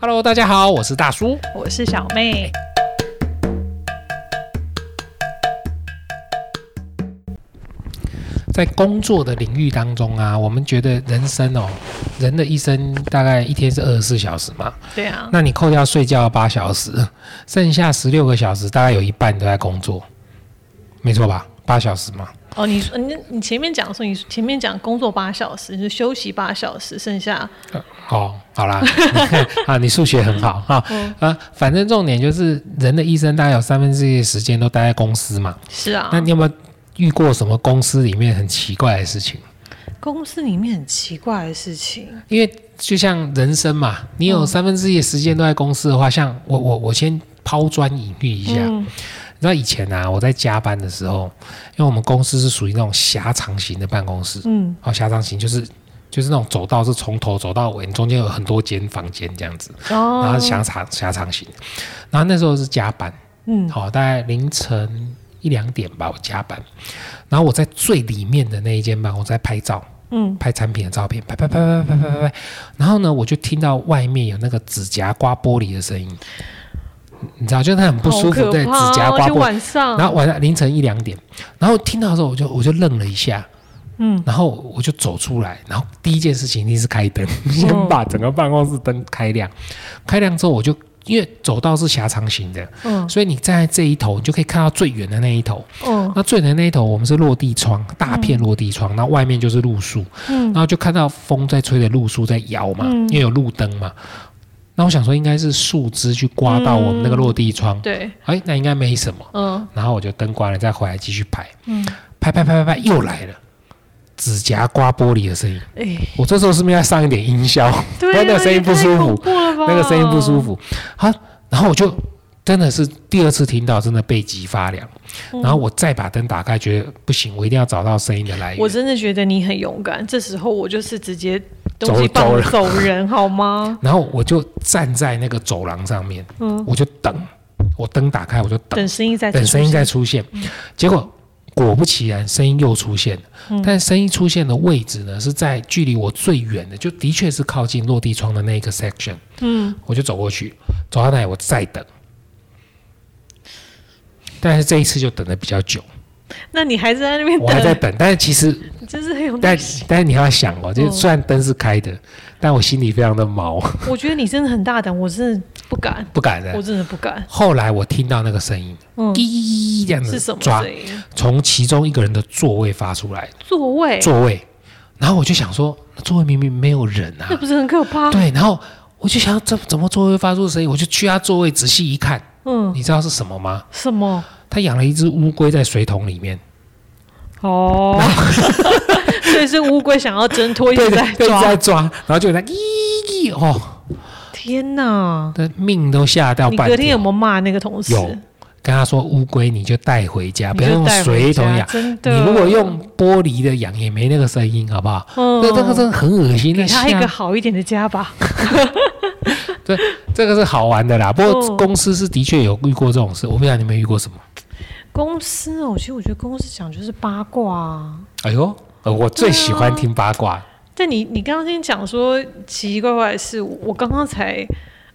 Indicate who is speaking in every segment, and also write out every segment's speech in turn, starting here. Speaker 1: Hello，大家好，我是大叔。
Speaker 2: 我是小妹。
Speaker 1: 在工作的领域当中啊，我们觉得人生哦，人的一生大概一天是二十四小时嘛，
Speaker 2: 对啊，
Speaker 1: 那你扣掉睡觉八小时，剩下十六个小时，大概有一半都在工作，没错吧？八小时嘛，
Speaker 2: 哦，你说你你前面讲说，你前面讲工作八小时，你就休息八小时，剩下
Speaker 1: 哦，好啦， 啊，你数学很好哈，
Speaker 2: 嗯
Speaker 1: 啊，反正重点就是人的一生大概有三分之一的时间都待在公司嘛。
Speaker 2: 是啊
Speaker 1: 那，你有没有遇过什么公司里面很奇怪的事情？
Speaker 2: 公司里面很奇怪的事情。
Speaker 1: 因为就像人生嘛，你有三分之一的时间都在公司的话，像我我我先抛砖引玉一下。
Speaker 2: 嗯
Speaker 1: 你知道以前啊，我在加班的时候，因为我们公司是属于那种狭长型的办公室，
Speaker 2: 嗯，
Speaker 1: 哦，狭长型就是就是那种走道是从头走到尾，你中间有很多间房间这样子，然
Speaker 2: 哦
Speaker 1: 后，狭长狭长型。然后那时候是加班，
Speaker 2: 嗯，
Speaker 1: 好、大概凌晨一两点吧，我加班。然后我在最里面的那一间办公室在拍照，
Speaker 2: 嗯，
Speaker 1: 拍产品的照片，拍拍拍拍拍拍拍拍。然后呢，我就听到外面有那个指甲刮玻璃的声音，你你知道，就是它很不舒服，
Speaker 2: 好可
Speaker 1: 对，
Speaker 2: 怕
Speaker 1: 指甲
Speaker 2: 而
Speaker 1: 刮
Speaker 2: 且
Speaker 1: 玻璃。
Speaker 2: 晚上，
Speaker 1: 然后晚上凌晨一两点，然后听到的时候我就我就愣了一下，
Speaker 2: 嗯，
Speaker 1: 然后我就走出来，然后第一件事情一定是开 灯，先把整个办公室灯开亮。开亮之后，我就因为走道是狭长型的，
Speaker 2: 嗯
Speaker 1: 所以你站在这一头，你就可以看到最远的那一头。
Speaker 2: 嗯
Speaker 1: 那最远的那一头，我们是落地窗，大片落地窗，然后外面就是路树，然
Speaker 2: 嗯
Speaker 1: 后就看到风在吹的路树在摇嘛，
Speaker 2: 嗯
Speaker 1: 因为有路灯嘛。那我想说，应该是树枝去刮到我们
Speaker 2: 嗯
Speaker 1: 那个落地窗，
Speaker 2: 对，
Speaker 1: 哎、那应该没什么。
Speaker 2: 嗯
Speaker 1: 然后我就灯关了，再回来继续拍，
Speaker 2: 嗯，
Speaker 1: 拍拍拍拍拍，又来了。指甲刮玻璃的声音，
Speaker 2: 哎，
Speaker 1: 我这时候是不是要上一点音效？
Speaker 2: 对
Speaker 1: 那
Speaker 2: 啊，
Speaker 1: 个声音不舒服
Speaker 2: 也太恐怖了吧
Speaker 1: 那个声音不舒。服。好，然后我就真的是第二次听到，真的背脊发凉。
Speaker 2: 嗯
Speaker 1: 然后我再把灯打开，觉得不行，我一定要找到声音的来源。
Speaker 2: 我真的觉得你很勇敢，这时候我就是直接东
Speaker 1: 走
Speaker 2: 西
Speaker 1: 走
Speaker 2: 放
Speaker 1: 人
Speaker 2: 走人好 吗？
Speaker 1: 然后我就站在那个走廊上面，
Speaker 2: 嗯
Speaker 1: 我就等，我灯打开，我就等，
Speaker 2: 等声音哎再
Speaker 1: 等声音
Speaker 2: 出现嗯
Speaker 1: 再出现。结果果不其然，声音又出现了，
Speaker 2: 嗯
Speaker 1: 但声音出现的位置呢，是在距离我最远的，就的确是靠近落地窗的那个 section。
Speaker 2: 嗯，
Speaker 1: 我就走过去，走到那里我再等。但是这一次就等的比较久，
Speaker 2: 那你还是在那边
Speaker 1: 我还在
Speaker 2: 等，
Speaker 1: 等，但是其 实，
Speaker 2: 真是很有耐
Speaker 1: 但
Speaker 2: 心。
Speaker 1: 但是你要想哦，就是
Speaker 2: 嗯
Speaker 1: 虽然灯是开的，但我心里非常的毛，
Speaker 2: 我觉得你真的很大胆，我真的不敢，
Speaker 1: 不敢
Speaker 2: 我
Speaker 1: 的。
Speaker 2: 真的不敢。
Speaker 1: 后来我听到那个声音，
Speaker 2: 嗯，
Speaker 1: 滴这样子
Speaker 2: 是什么
Speaker 1: 抓，
Speaker 2: 声音？
Speaker 1: 从其中一个人的座位发出来，
Speaker 2: 座位，
Speaker 1: 座位，然后我就想说，座位明明没有人啊
Speaker 2: 那， 不是很可怕？
Speaker 1: 对，然后我就想，这怎么座位会发出声音？我就去他座位仔细一看，
Speaker 2: 嗯，
Speaker 1: 你知道是什么吗？
Speaker 2: 什么？
Speaker 1: 他养了一只乌龟在水桶里 面，
Speaker 2: 哦， 所以是乌龟想要挣脱，一
Speaker 1: 对对
Speaker 2: 直
Speaker 1: 对，
Speaker 2: 在
Speaker 1: 一直
Speaker 2: 抓
Speaker 1: 在。抓，然后就在咦哦，
Speaker 2: 天哪！
Speaker 1: 他命都吓到
Speaker 2: 你
Speaker 1: 半
Speaker 2: 隔天有
Speaker 1: 天。
Speaker 2: 没有骂那个同事？
Speaker 1: 有跟他说乌龟你就带回家，
Speaker 2: 你
Speaker 1: 不要
Speaker 2: 就
Speaker 1: 用
Speaker 2: 带回
Speaker 1: 水桶
Speaker 2: 家
Speaker 1: 养。
Speaker 2: 真的。
Speaker 1: 啊你如果用玻璃的养也没那个声音，好不好？
Speaker 2: 嗯，
Speaker 1: 那这个真的很恶心，
Speaker 2: 给
Speaker 1: 那
Speaker 2: 他一个
Speaker 1: 吓
Speaker 2: 好一点的家吧。
Speaker 1: 这个是好玩的啦。不过
Speaker 2: 嗯
Speaker 1: 公司是的确有遇过这种事，我不知道你们遇过什么。
Speaker 2: 公司哦，其实我觉得公司讲就是八卦啊。
Speaker 1: 哎呦，呃我最喜欢听八卦，
Speaker 2: 但你你刚刚先讲说奇奇怪怪的事，我刚刚才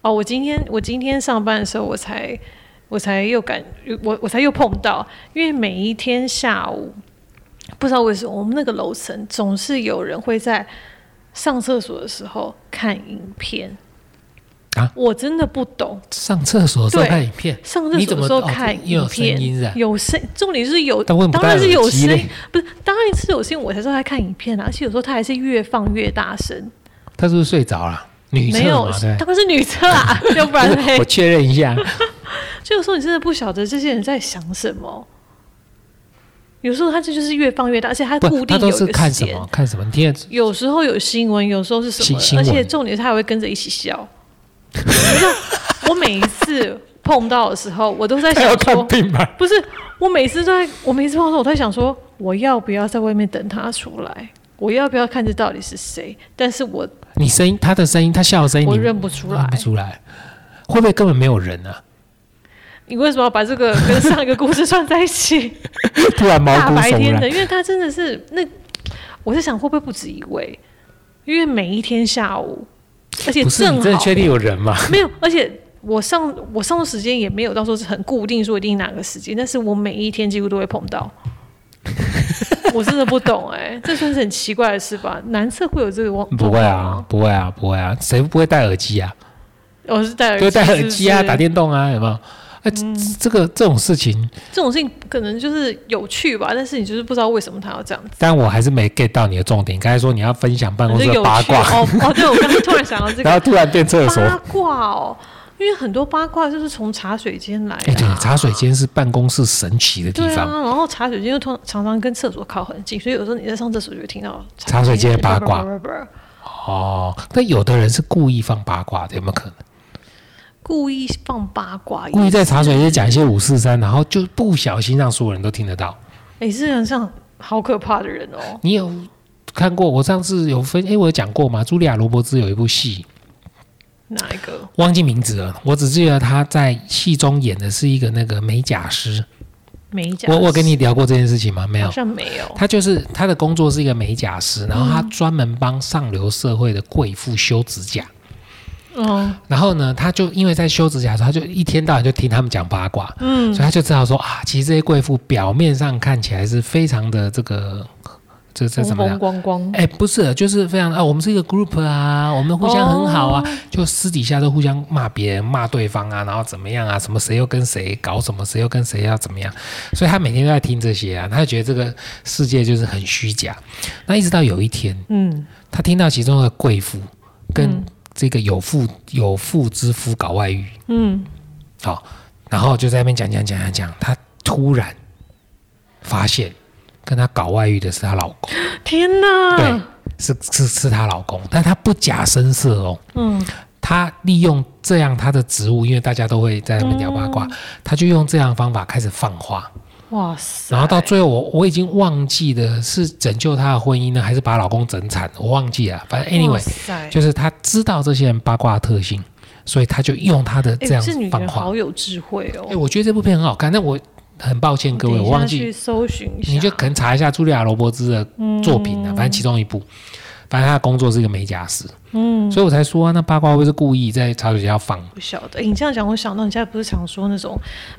Speaker 2: 哦，我今天我今天上班的时候，我才我才又感我我才又碰到，因为每一天下午不知道为什么我们那个楼层总是有人会在上厕所的时候看影片
Speaker 1: 啊，
Speaker 2: 我真的不懂
Speaker 1: 上厕所的时候
Speaker 2: 对
Speaker 1: 看影片，
Speaker 2: 上厕
Speaker 1: 你
Speaker 2: 所
Speaker 1: 怎么
Speaker 2: 的时候
Speaker 1: 哦
Speaker 2: 看
Speaker 1: 又
Speaker 2: 影
Speaker 1: 有声
Speaker 2: 片，
Speaker 1: 音是吧
Speaker 2: 有声，重点是有，
Speaker 1: 但为什么
Speaker 2: 当
Speaker 1: 戴
Speaker 2: 然是有
Speaker 1: 耳机
Speaker 2: 声
Speaker 1: 嘞
Speaker 2: 音，不是，当然是有声音，我才知道在看影片啊，而且有时候他还是越放越大声，
Speaker 1: 他是不是睡着了？女
Speaker 2: 没
Speaker 1: 厕
Speaker 2: 有
Speaker 1: 嘛，对，。
Speaker 2: 当然是女厕 啊，要不然
Speaker 1: 不是
Speaker 2: 嘞
Speaker 1: 我，确认一下，
Speaker 2: 就有时候你真的不晓得这些人在想什么。有时候他这就是越放越大，而 且他固
Speaker 1: 不，他都
Speaker 2: 定有一
Speaker 1: 是
Speaker 2: 个时
Speaker 1: 看什
Speaker 2: 间
Speaker 1: 么。看什么？你听得，
Speaker 2: 有时候有新闻，有时候是什么
Speaker 1: 新新，
Speaker 2: 而
Speaker 1: 闻
Speaker 2: 且重点是他还会跟着一起笑。你知道，我每一次碰到的时候，我都在
Speaker 1: 他
Speaker 2: 想
Speaker 1: 要
Speaker 2: 说
Speaker 1: 看，病吧？
Speaker 2: 不是，我每次都在，我每次碰到我都在想说，我要不要在外面等他出来？我要不要看这到底是谁？但是我
Speaker 1: 你声音，他的声音，他笑的声音，
Speaker 2: 我
Speaker 1: 你
Speaker 2: 认不出来
Speaker 1: 不。出来，会不会根本没有人啊？
Speaker 2: 你为什么要把这个跟上一个故事串在一起？
Speaker 1: 突然毛
Speaker 2: 大
Speaker 1: 骨
Speaker 2: 白
Speaker 1: 悚
Speaker 2: 天的，
Speaker 1: 然。
Speaker 2: 因为他真的是那，我在想会不会不止一位？因为每一天下午而且
Speaker 1: 不是
Speaker 2: 正
Speaker 1: 你
Speaker 2: 好
Speaker 1: 真的确定有人吗？
Speaker 2: 没有，而且我上我上的时间也没有到说是很固定，说一定哪个时间，但是我每一天几乎都会碰到。 我真的不懂哎、这算是很奇怪的事吧？男厕会有这个忘？
Speaker 1: 不会
Speaker 2: 哦
Speaker 1: 啊，，不会啊，不会啊，谁不会戴耳机啊？
Speaker 2: 我、是戴耳
Speaker 1: 对，
Speaker 2: 机，
Speaker 1: 戴耳
Speaker 2: 是不
Speaker 1: 机啊，
Speaker 2: 是嗯
Speaker 1: 打电动啊，有没有？啊，这这个这种事情，
Speaker 2: 这种事情可能就是有趣吧，但是你就是不知道为什么他要这样子。
Speaker 1: 但我还是没 get 到你的重点。刚才说你要分享办公
Speaker 2: 就
Speaker 1: 室的
Speaker 2: 有
Speaker 1: 八
Speaker 2: 趣
Speaker 1: 卦，
Speaker 2: 哦哦，对，我刚刚突然想到这个
Speaker 1: 然后突然变厕所。
Speaker 2: 八卦哦，因为很多八卦就是从茶水间来
Speaker 1: 哎，
Speaker 2: 的、
Speaker 1: 对
Speaker 2: 啊，，
Speaker 1: 茶水间是办公室神奇的地
Speaker 2: 对啊，
Speaker 1: 方。
Speaker 2: 然后茶水间又通常常跟厕所靠很近，所以有时候你在上厕所就会听到
Speaker 1: 茶水间的八卦
Speaker 2: 叭叭叭叭叭
Speaker 1: 哦，那有的人是故意放八卦的，有没有可能？
Speaker 2: 故意放八卦，
Speaker 1: 故意在茶水间讲一些五四三，然后就不小心让所有人都听得到。
Speaker 2: 哎，这人像好可怕的人哦。
Speaker 1: 你有看过？我上次有分，哎，我有讲过嘛？茱莉亚·罗伯兹有一部戏，
Speaker 2: 哪一个？
Speaker 1: 忘记名字了，我只记得她在戏中演的是一个那个美甲师。
Speaker 2: 美甲师？
Speaker 1: 我我跟你聊过这件事情吗？没
Speaker 2: 好
Speaker 1: 有。
Speaker 2: 像没有。
Speaker 1: 她就是她的工作是一个美甲师，然后她专门帮上流社会的贵妇修指甲。
Speaker 2: 嗯，
Speaker 1: 然后呢，她就因为在修指甲的时候，她就一天到晚就听他们讲八卦，
Speaker 2: 嗯，
Speaker 1: 所以她就知道说啊，其实这些贵妇表面上看起来是非常的这个，这这怎么样
Speaker 2: 风？光光，
Speaker 1: 哎，不是，就是非常啊，我们是一个 group 啊，我们互相很好啊，就私底下都互相骂别人、骂对方啊，然后怎么样啊，什么谁又跟谁搞什么，谁又跟谁要怎么样，所以他每天都在听这些啊，他就觉得这个世界就是很虚假。那一直到有一天，
Speaker 2: 嗯，
Speaker 1: 他听到其中的贵妇跟这个有妇有妇之夫搞外遇，
Speaker 2: 嗯，
Speaker 1: 好、然后就在那边讲讲讲讲讲，他突然发现跟他搞外遇的是她老公。
Speaker 2: 天哪
Speaker 1: 对，，是是是她老公，但她不假声色哦，
Speaker 2: 嗯，
Speaker 1: 她利用这样她的职务，因为大家都会在那边聊八
Speaker 2: 嗯
Speaker 1: 卦，她就用这样的方法开始放话，
Speaker 2: 哇塞，
Speaker 1: 然后到最后我我已经忘记了是拯救她的婚姻呢，还是把老公整惨，我忘记了，反正
Speaker 2: 哇
Speaker 1: anyway，
Speaker 2: 塞
Speaker 1: 就是她知道这些人八卦的特性，所以她就用她的
Speaker 2: 哎
Speaker 1: 这样
Speaker 2: 这女
Speaker 1: 放
Speaker 2: 人
Speaker 1: 话。
Speaker 2: 好有智慧
Speaker 1: 哎、
Speaker 2: 哦。
Speaker 1: 我觉得这部片很好看，但我很抱歉各位，
Speaker 2: 等一
Speaker 1: 我
Speaker 2: 下
Speaker 1: 忘记
Speaker 2: 去搜寻一下，
Speaker 1: 你就可能查一下茱莉亚·罗伯兹的作品啊，
Speaker 2: 嗯
Speaker 1: 反正其中一部，反正她的工作是一个美甲师，嗯，所以我才说啊，那八卦会不会是故意在茶水间要放？
Speaker 2: 不晓得，诶你这样讲，我想到你现在不是常说那种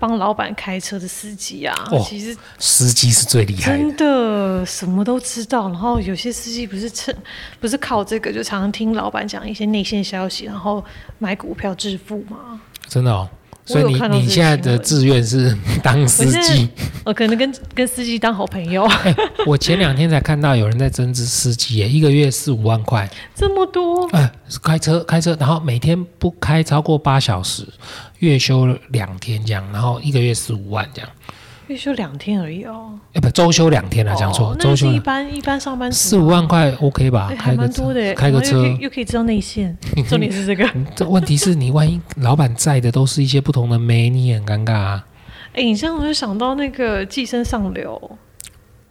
Speaker 2: 帮老板开车的司机啊，
Speaker 1: 哦
Speaker 2: 其实
Speaker 1: 司机是最厉害的，
Speaker 2: 真的什么都知道。然后有些司机不是趁不是靠这个，就常常听老板讲一些内线消息，然后买股票致富嘛。
Speaker 1: 真的哦。
Speaker 2: 我
Speaker 1: 所以
Speaker 2: 有
Speaker 1: 你
Speaker 2: 看到这个
Speaker 1: 你现在的志愿 是当司机？
Speaker 2: 我呃可能跟跟司机当好朋友，
Speaker 1: 我前两天才看到有人在增资司机耶，一个月四五万块，
Speaker 2: 这么多，
Speaker 1: 哎、开车开车，然后每天不开超过八小时，月休两天这样，然后一个月四五万这样，
Speaker 2: 月休两天而已哦。
Speaker 1: 哎、不，周休两天了，讲错，
Speaker 2: 哦那
Speaker 1: 周
Speaker 2: 是
Speaker 1: 休
Speaker 2: 一
Speaker 1: 两
Speaker 2: 般一般上班
Speaker 1: 四
Speaker 2: 族。
Speaker 1: 五万块 OK 吧？
Speaker 2: 哎，还
Speaker 1: 开个
Speaker 2: 蛮
Speaker 1: 车
Speaker 2: 多的耶，
Speaker 1: 开个
Speaker 2: 然后又
Speaker 1: 车
Speaker 2: 可以。又可以知道 内线，重点是这个。
Speaker 1: 这问题是你万 一老板在的都是一些不同的妹，你也很尴尬啊。
Speaker 2: 哎，你这样我就想到那个《寄生上流》，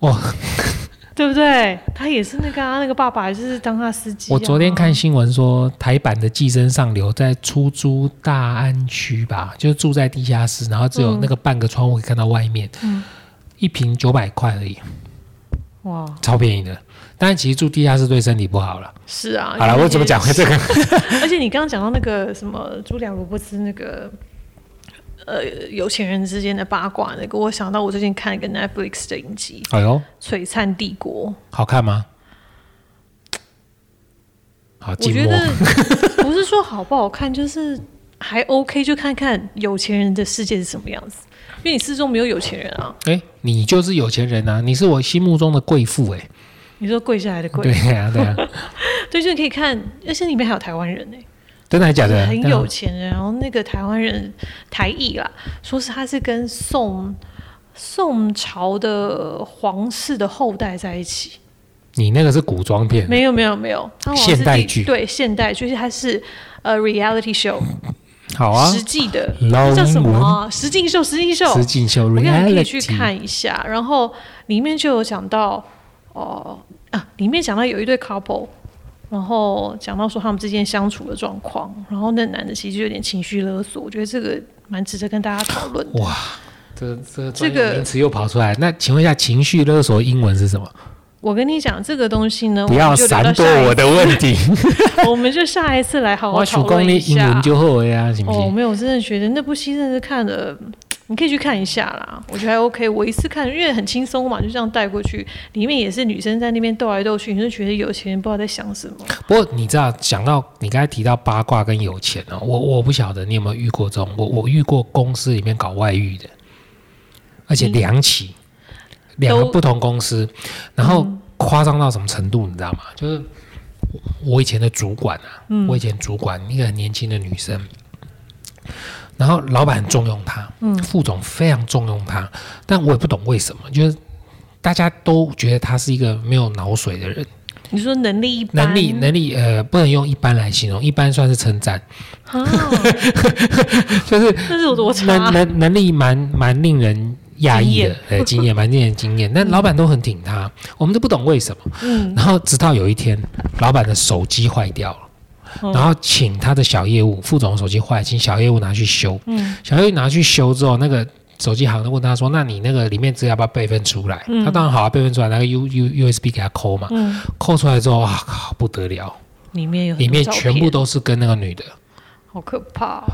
Speaker 1: 哇，
Speaker 2: 对不对？他也是那个啊，那个爸爸也是当他司机、啊。
Speaker 1: 我昨天看新闻说，台版的《寄生上流》在出租大安区吧，就是住在地下室，然后只有
Speaker 2: 嗯
Speaker 1: 那个半个窗户可以看到外面，
Speaker 2: 嗯
Speaker 1: 一瓶九百块而已，
Speaker 2: 哇，
Speaker 1: 超便宜的。但其实住地下室对身体不好了。
Speaker 2: 是啊。
Speaker 1: 好了，我怎么讲？回这个？
Speaker 2: 而且你刚刚讲到那个什么茱莉亚·罗伯兹那个。呃，有钱人之间的八卦那个，我想到我最近看一个 Netflix 的影集
Speaker 1: 哎呦，
Speaker 2: 《璀璨帝国》，
Speaker 1: 好看吗？好，
Speaker 2: 我
Speaker 1: 静
Speaker 2: 觉
Speaker 1: 默。
Speaker 2: 得 不是说好不好看，就是还 OK，就看看有钱人的世界是什么样子。因为你四中没有有钱人啊，
Speaker 1: 哎、你就是有钱人啊，你是我心目中的贵妇哎、
Speaker 2: 你说跪下来的跪，
Speaker 1: 对呀、对呀、啊
Speaker 2: 对，就你可以看，而且里面还有台湾人呢、欸
Speaker 1: 真的还假的？
Speaker 2: 很
Speaker 1: 对啊
Speaker 2: 有钱人，然后那个台湾人台裔啦，说是他是跟宋宋朝的皇室的后代在一起，
Speaker 1: 你那个是古装片，
Speaker 2: 没有没有没有，他好像是
Speaker 1: 现代
Speaker 2: 第
Speaker 1: 剧
Speaker 2: 对现代剧，就是他是呃 reality show、
Speaker 1: 好啊。
Speaker 2: 实际的，
Speaker 1: 捞
Speaker 2: 那叫什么
Speaker 1: 英
Speaker 2: 啊？实境秀，实境秀，
Speaker 1: 实境秀
Speaker 2: 我跟你可以去
Speaker 1: reality，
Speaker 2: 看一下，然后里面就有讲到哦、啊，里面讲到有一对 couple，然后讲到说他们之间相处的状况，然后那男的其实就有点情绪勒索，我觉得这个蛮值得跟大家讨论的。
Speaker 1: 哇，这这
Speaker 2: 这
Speaker 1: 这
Speaker 2: 个
Speaker 1: 个名词又跑出来。那请问一下，情绪勒索英文是什么？
Speaker 2: 我跟你讲这个东西呢，
Speaker 1: 不要
Speaker 2: 哦我们就留
Speaker 1: 闪
Speaker 2: 到
Speaker 1: 躲
Speaker 2: 下一
Speaker 1: 我的问 题。
Speaker 2: 次，我们就下一次来好好
Speaker 1: 我想
Speaker 2: 讨
Speaker 1: 讲
Speaker 2: 论
Speaker 1: 你
Speaker 2: 一
Speaker 1: 英
Speaker 2: 下
Speaker 1: 文。就好了呀，是不是？
Speaker 2: 哦，没有，我真的觉得那部戏真的是看了，你可以去看一下啦，我觉得还 OK。我一次看，因为很轻松嘛，就这样带过去。里面也是女生在那边斗来斗去，你就觉得有钱人不知道在想什么。
Speaker 1: 不过你知道，讲到你刚才提到八卦跟有钱哦，我我不晓得你有没有遇过这种，我我遇过公司里面搞外遇的，而且两起，两个不同公司，然后夸张到什么程度，你知道吗？就是我以前的主管啊，我以前主管一个很年轻的女生。然后老板很重用她，副总非常重用她，但我也不懂为什么，就是大家都觉得她是一个没有脑水的人，
Speaker 2: 你说能力一般，
Speaker 1: 能力能力呃，不能用一般来形容，一般算是称赞，
Speaker 2: 啊，
Speaker 1: 就是
Speaker 2: 那是有多 差
Speaker 1: 能？能能力蛮蛮令人讶异 的，呃，经验蛮令人惊艳。但老板都很挺他，我们都不懂为什么。
Speaker 2: 嗯，
Speaker 1: 然后直到有一天，老板的手机坏掉了。
Speaker 2: 哦
Speaker 1: 然后请他的小业务副总的手机坏，请小业务拿去修。
Speaker 2: 嗯
Speaker 1: 小业务拿去修之后，那个手机行的问他说：“那你那个里面资料要不要备份出来？”他当然好啊，备份出来，拿个 U U USB 给他抠嘛。
Speaker 2: 嗯
Speaker 1: 抠出来之后，哇靠，不得了！
Speaker 2: 里面有很多
Speaker 1: 里面
Speaker 2: 照片
Speaker 1: 全部都是跟那个女的。
Speaker 2: 好可怕哦、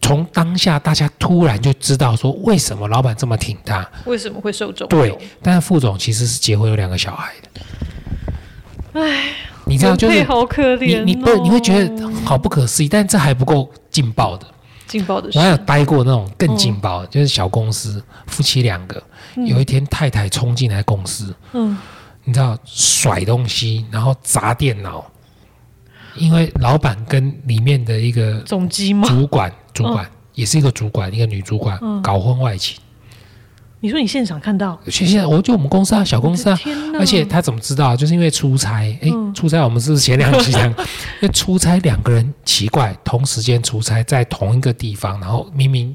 Speaker 1: 从当下，大家突然就知道说，为什么老板这么挺她。
Speaker 2: 为什么会受重
Speaker 1: 对
Speaker 2: 用？，
Speaker 1: 但是副总其实是结婚有两个小孩的。唉，你知道，就
Speaker 2: 人
Speaker 1: 是
Speaker 2: 配好可
Speaker 1: 你
Speaker 2: 怜、哦，
Speaker 1: 你不你会觉得好不可思议，但这还不够劲爆的。
Speaker 2: 劲爆的事
Speaker 1: 我还有待过那种更劲爆
Speaker 2: 嗯
Speaker 1: 的，就是小公司夫妻两个，有一天太太冲进来公司，
Speaker 2: 嗯，
Speaker 1: 你知道甩东西，然后砸电脑，因为老板跟里面的一个
Speaker 2: 总机 吗？
Speaker 1: 主管，主管、也是一个主管，一个女主管、搞婚外情。
Speaker 2: 你说你现场看到？
Speaker 1: 现现在我就我们公司啊，小公司啊，
Speaker 2: 天哪！
Speaker 1: 而且他怎么知道？啊就是因为出差，诶，出差我们是不是前两期讲，因为出差两个人奇怪，同时间出差在同一个地方，然后明明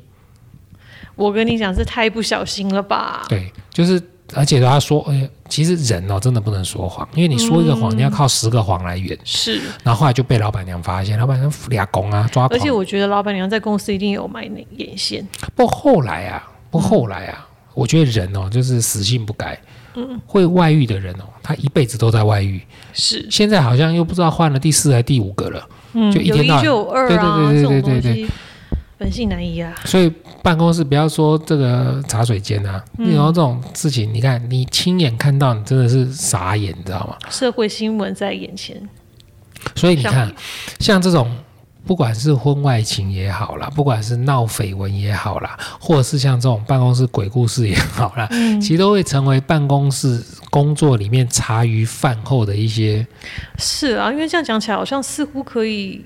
Speaker 2: 我跟你讲，这太不小心了吧？
Speaker 1: 对，就是而且他说，哎、其实人哦真的不能说谎，因为你说一个谎，你要靠十个谎来圆。
Speaker 2: 是，
Speaker 1: 然后后来就被老板娘发现，老板娘俩公啊抓
Speaker 2: 而
Speaker 1: 狂
Speaker 2: 且。我觉得老板娘在公司一定有买眼线，
Speaker 1: 不过后来啊，不过后来啊，我觉得人哦，就是死性不改。会外遇的人哦，他一辈子都在外遇。
Speaker 2: 是，
Speaker 1: 现在好像又不知道换了第四还第五个了，
Speaker 2: 嗯，
Speaker 1: 就一
Speaker 2: 有
Speaker 1: 天
Speaker 2: 一
Speaker 1: 到晚
Speaker 2: 就有二啊，
Speaker 1: 对对对对对对
Speaker 2: 这种东西本性难移啊。
Speaker 1: 所以办公室不要说这个茶水间啊，你后这种事情，你看你亲眼看到，你真的是傻眼，你知道吗？
Speaker 2: 社会新闻在眼前，
Speaker 1: 所以你
Speaker 2: 像
Speaker 1: 看，像这种不管是婚外情也好啦，不管是闹绯闻也好啦，或者是像这种办公室鬼故事也好啦，
Speaker 2: 嗯
Speaker 1: 其实都会成为办公室工作里面茶余饭后的一些
Speaker 2: 是啊，因为这样讲起来，好像似乎可以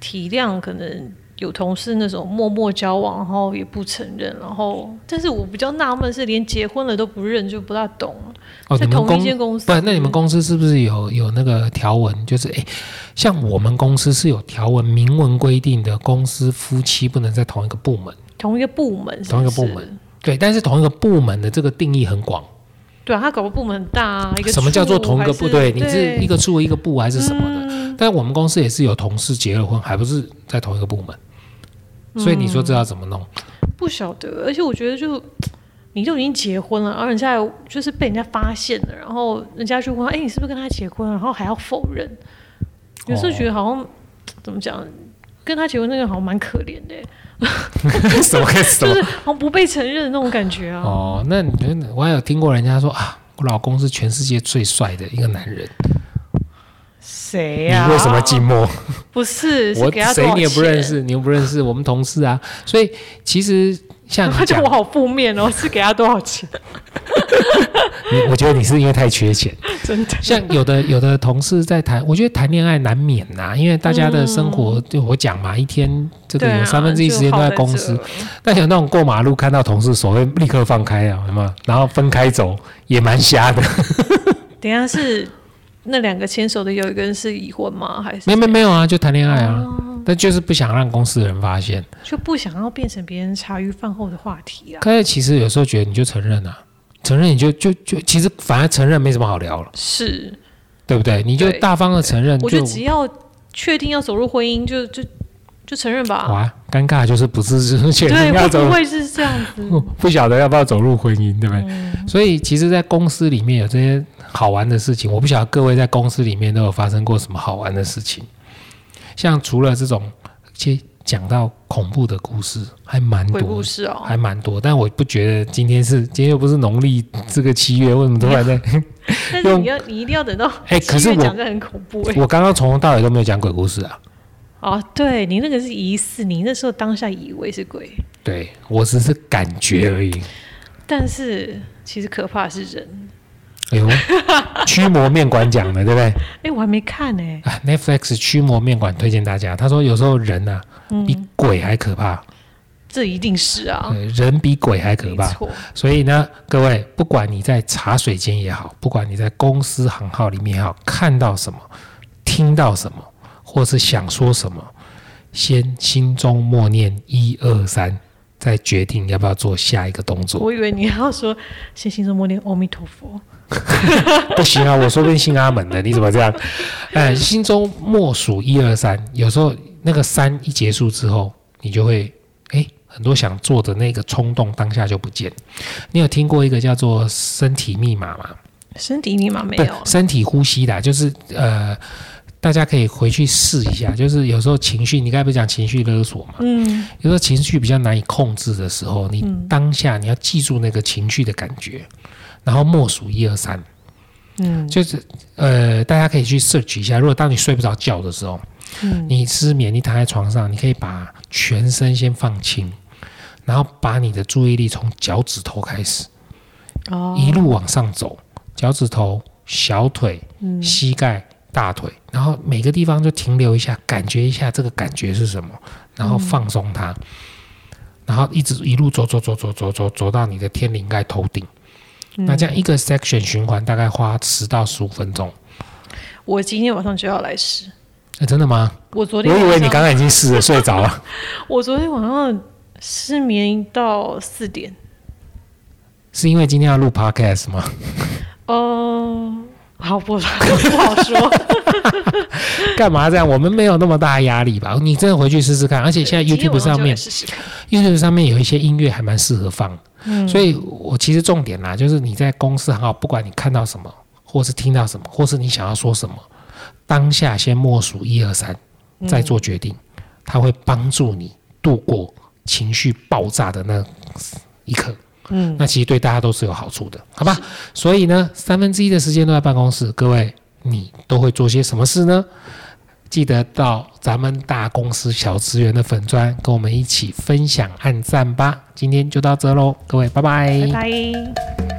Speaker 2: 体谅可能。有同事那种默默交往，然后也不承认，然后，但是我比较纳闷是连结婚了都不认，就不大懂。
Speaker 1: 哦，
Speaker 2: 在
Speaker 1: 你们
Speaker 2: 同
Speaker 1: 公
Speaker 2: 一间公司，
Speaker 1: 不，那你们公司是不是有有那个条文？就是诶，像我们公司是有条文明文规定的，公司夫妻不能在同一个部门。
Speaker 2: 同一个部门是不是，
Speaker 1: 同一个部门对，但是同一个部门的这个定义很广。
Speaker 2: 对啊，他搞个部门很大、啊，一个
Speaker 1: 什么叫做同一个部
Speaker 2: 部？
Speaker 1: 队？
Speaker 2: 对，嗯
Speaker 1: 你是一
Speaker 2: 个
Speaker 1: 个处一个部还是什么的？但我们公司也是有同事结了婚，还不是在同一个部门。所以你说这要怎么弄？
Speaker 2: 不晓得，而且我觉得就你就已经结婚了，然后人家还就是被人家发现了，然后人家就问他，哎、你是不是跟他结婚了？然后还要否认，有时候觉得好像怎么讲，跟他结婚那个好像蛮可怜的、
Speaker 1: 什么跟什
Speaker 2: 嗯
Speaker 1: 么？
Speaker 2: 就是好像不被承认的那种感觉啊。
Speaker 1: 哦，那你觉得我还有听过人家说啊，我老公是全世界最帅的一个男人，
Speaker 2: 谁
Speaker 1: 你
Speaker 2: 哎呀、
Speaker 1: 为什么寂寞？
Speaker 2: 不是，是
Speaker 1: 我
Speaker 2: 给他多
Speaker 1: 谁
Speaker 2: 少
Speaker 1: 你也不
Speaker 2: 钱
Speaker 1: 认。识，你又不认识我们同事啊，所以其实像
Speaker 2: 他
Speaker 1: 你
Speaker 2: 觉
Speaker 1: 讲
Speaker 2: 得我，好负 面哦，是给他多少钱？
Speaker 1: 你我觉得你是因为太缺钱。
Speaker 2: 真的，
Speaker 1: 像有的有的同事在谈，我觉得谈恋爱难免呐、因为大家的生活，
Speaker 2: 嗯
Speaker 1: 对我讲嘛，一天这个
Speaker 2: 对
Speaker 1: 有
Speaker 2: 啊
Speaker 1: 三分之一时间都在公司
Speaker 2: 就。耗在这
Speaker 1: 但有那种过马路看到同事，手会立刻放开啊，有没有？然后分开走也蛮瞎 的。
Speaker 2: 等一下是那两个牵手的有一个人是已婚吗？还是
Speaker 1: 没没没有啊，就谈恋爱啊，
Speaker 2: 哦
Speaker 1: 但就是不想让公司的人发现。
Speaker 2: 就不想要变成别人茶余饭后的话题啊？
Speaker 1: 可是其实有时候觉得你就承认啊，承认你就就就其实反而承认没什么好聊了。
Speaker 2: 是，
Speaker 1: 对不对？你就
Speaker 2: 对
Speaker 1: 大方的承认，
Speaker 2: 我觉
Speaker 1: 就
Speaker 2: 得只要确定要走入婚姻，就就就承认吧。
Speaker 1: 哇，尴尬就是不是就是确
Speaker 2: 对，
Speaker 1: 定要
Speaker 2: 会
Speaker 1: 走
Speaker 2: 不会是这样子？
Speaker 1: 不晓得要不要走入婚姻，对不对？
Speaker 2: 嗯
Speaker 1: 所以其实，在公司里面有这些好玩的事情，我不晓得各位在公司里面都有发生过什么好玩的事情。像除了这种，其实讲到恐怖的故事还蛮多
Speaker 2: 鬼
Speaker 1: 的，
Speaker 2: 故事哦，
Speaker 1: 还蛮多。但我不觉得今天是今天又不是农历这个七月，为什么突然 在？
Speaker 2: 但是你要你一定要等到
Speaker 1: 哎可是
Speaker 2: 七月
Speaker 1: 我
Speaker 2: 讲这很恐怖哎、
Speaker 1: 我刚刚从头到尾都没有讲鬼故事啊。
Speaker 2: 哦，对你那个是疑似，你那时候当下以为是鬼，
Speaker 1: 对我只是感觉而已。
Speaker 2: 但是其实可怕的是人。
Speaker 1: 哎呦，驱魔面馆讲的，对不对？
Speaker 2: 哎、我还没看呢、
Speaker 1: 啊，Netflix 驱魔面馆推荐大家，他说有时候人呐、
Speaker 2: 嗯
Speaker 1: 比鬼还可怕、
Speaker 2: 这一定是啊，
Speaker 1: 对人比鬼还可
Speaker 2: 没
Speaker 1: 怕。
Speaker 2: 错，
Speaker 1: 所以呢，各位，不管你在茶水间也好，不管你在公司行号里面也好，看到什么，听到什么，或是想说什么，先心中默念一二三，再决定要不要做下一个动作。
Speaker 2: 我以为你要说先心中默念阿弥陀佛，
Speaker 1: 不行啊，我说不定姓阿门的，你怎么这样？ 哎，心中默数一二三，有时候那个三一结束之后，你就会哎，很多想做的那个冲动当下就不见。你有听过一个叫做身体密码吗？
Speaker 2: 身体密码没
Speaker 1: 对，
Speaker 2: 有，
Speaker 1: 身体呼吸的啊，就是呃，大家可以回去试一下。就是有时候情绪，你刚才不是讲情绪勒索嘛？
Speaker 2: 嗯，
Speaker 1: 有时候情绪比较难以控制的时候，你当下你要记住那个情绪的感觉，然后默数一二三。
Speaker 2: 嗯，
Speaker 1: 就是呃，大家可以去 search 一下。如果当你睡不着觉的时候，
Speaker 2: 嗯
Speaker 1: 你失眠，你躺在床上，你可以把全身先放轻，然后把你的注意力从脚趾头开始，
Speaker 2: 哦，
Speaker 1: 一路往上走，脚趾头、小腿、
Speaker 2: 嗯
Speaker 1: 膝盖、大腿，然后每个地方就停留一下，感觉一下这个感觉是什么，然后放松它，
Speaker 2: 嗯
Speaker 1: 然后一直一路走走走走走走走到你的天灵盖头顶。那
Speaker 2: 嗯
Speaker 1: 这样一个 section 循环大概花十到十五分钟。
Speaker 2: 我今天晚上就要来试。
Speaker 1: 哎，真的吗？
Speaker 2: 我昨
Speaker 1: 我
Speaker 2: 天
Speaker 1: 以为你
Speaker 2: 晚上
Speaker 1: 刚刚已经试了睡着 了。
Speaker 2: 我昨天晚上失眠到四点，
Speaker 1: 是因为今天要录 podcast 吗？
Speaker 2: 哦，好不不好说。
Speaker 1: 干嘛这样？我们没有那么大的压力吧？ 你真的回去试试看。而且现在
Speaker 2: 今天
Speaker 1: YouTube
Speaker 2: 晚
Speaker 1: 上
Speaker 2: 就来
Speaker 1: 面
Speaker 2: 试试看。
Speaker 1: ，YouTube 上面有一些音乐还蛮适合放。所以我其实重点啦，就是你在公司行号，不管你看到什么，或是听到什么，或是你想要说什么，当下先默数一二三，再做决定，它会帮助你度过情绪爆炸的那一刻。
Speaker 2: 嗯，
Speaker 1: 那其实对大家都是有好处的，好吧？所以呢，三分之一的时间都在办公室，各位，你都会做些什么事呢？记得到咱们大公司小职员的粉砖，跟我们一起分享、按赞吧。今天就到这喽，各位，拜
Speaker 2: 拜拜。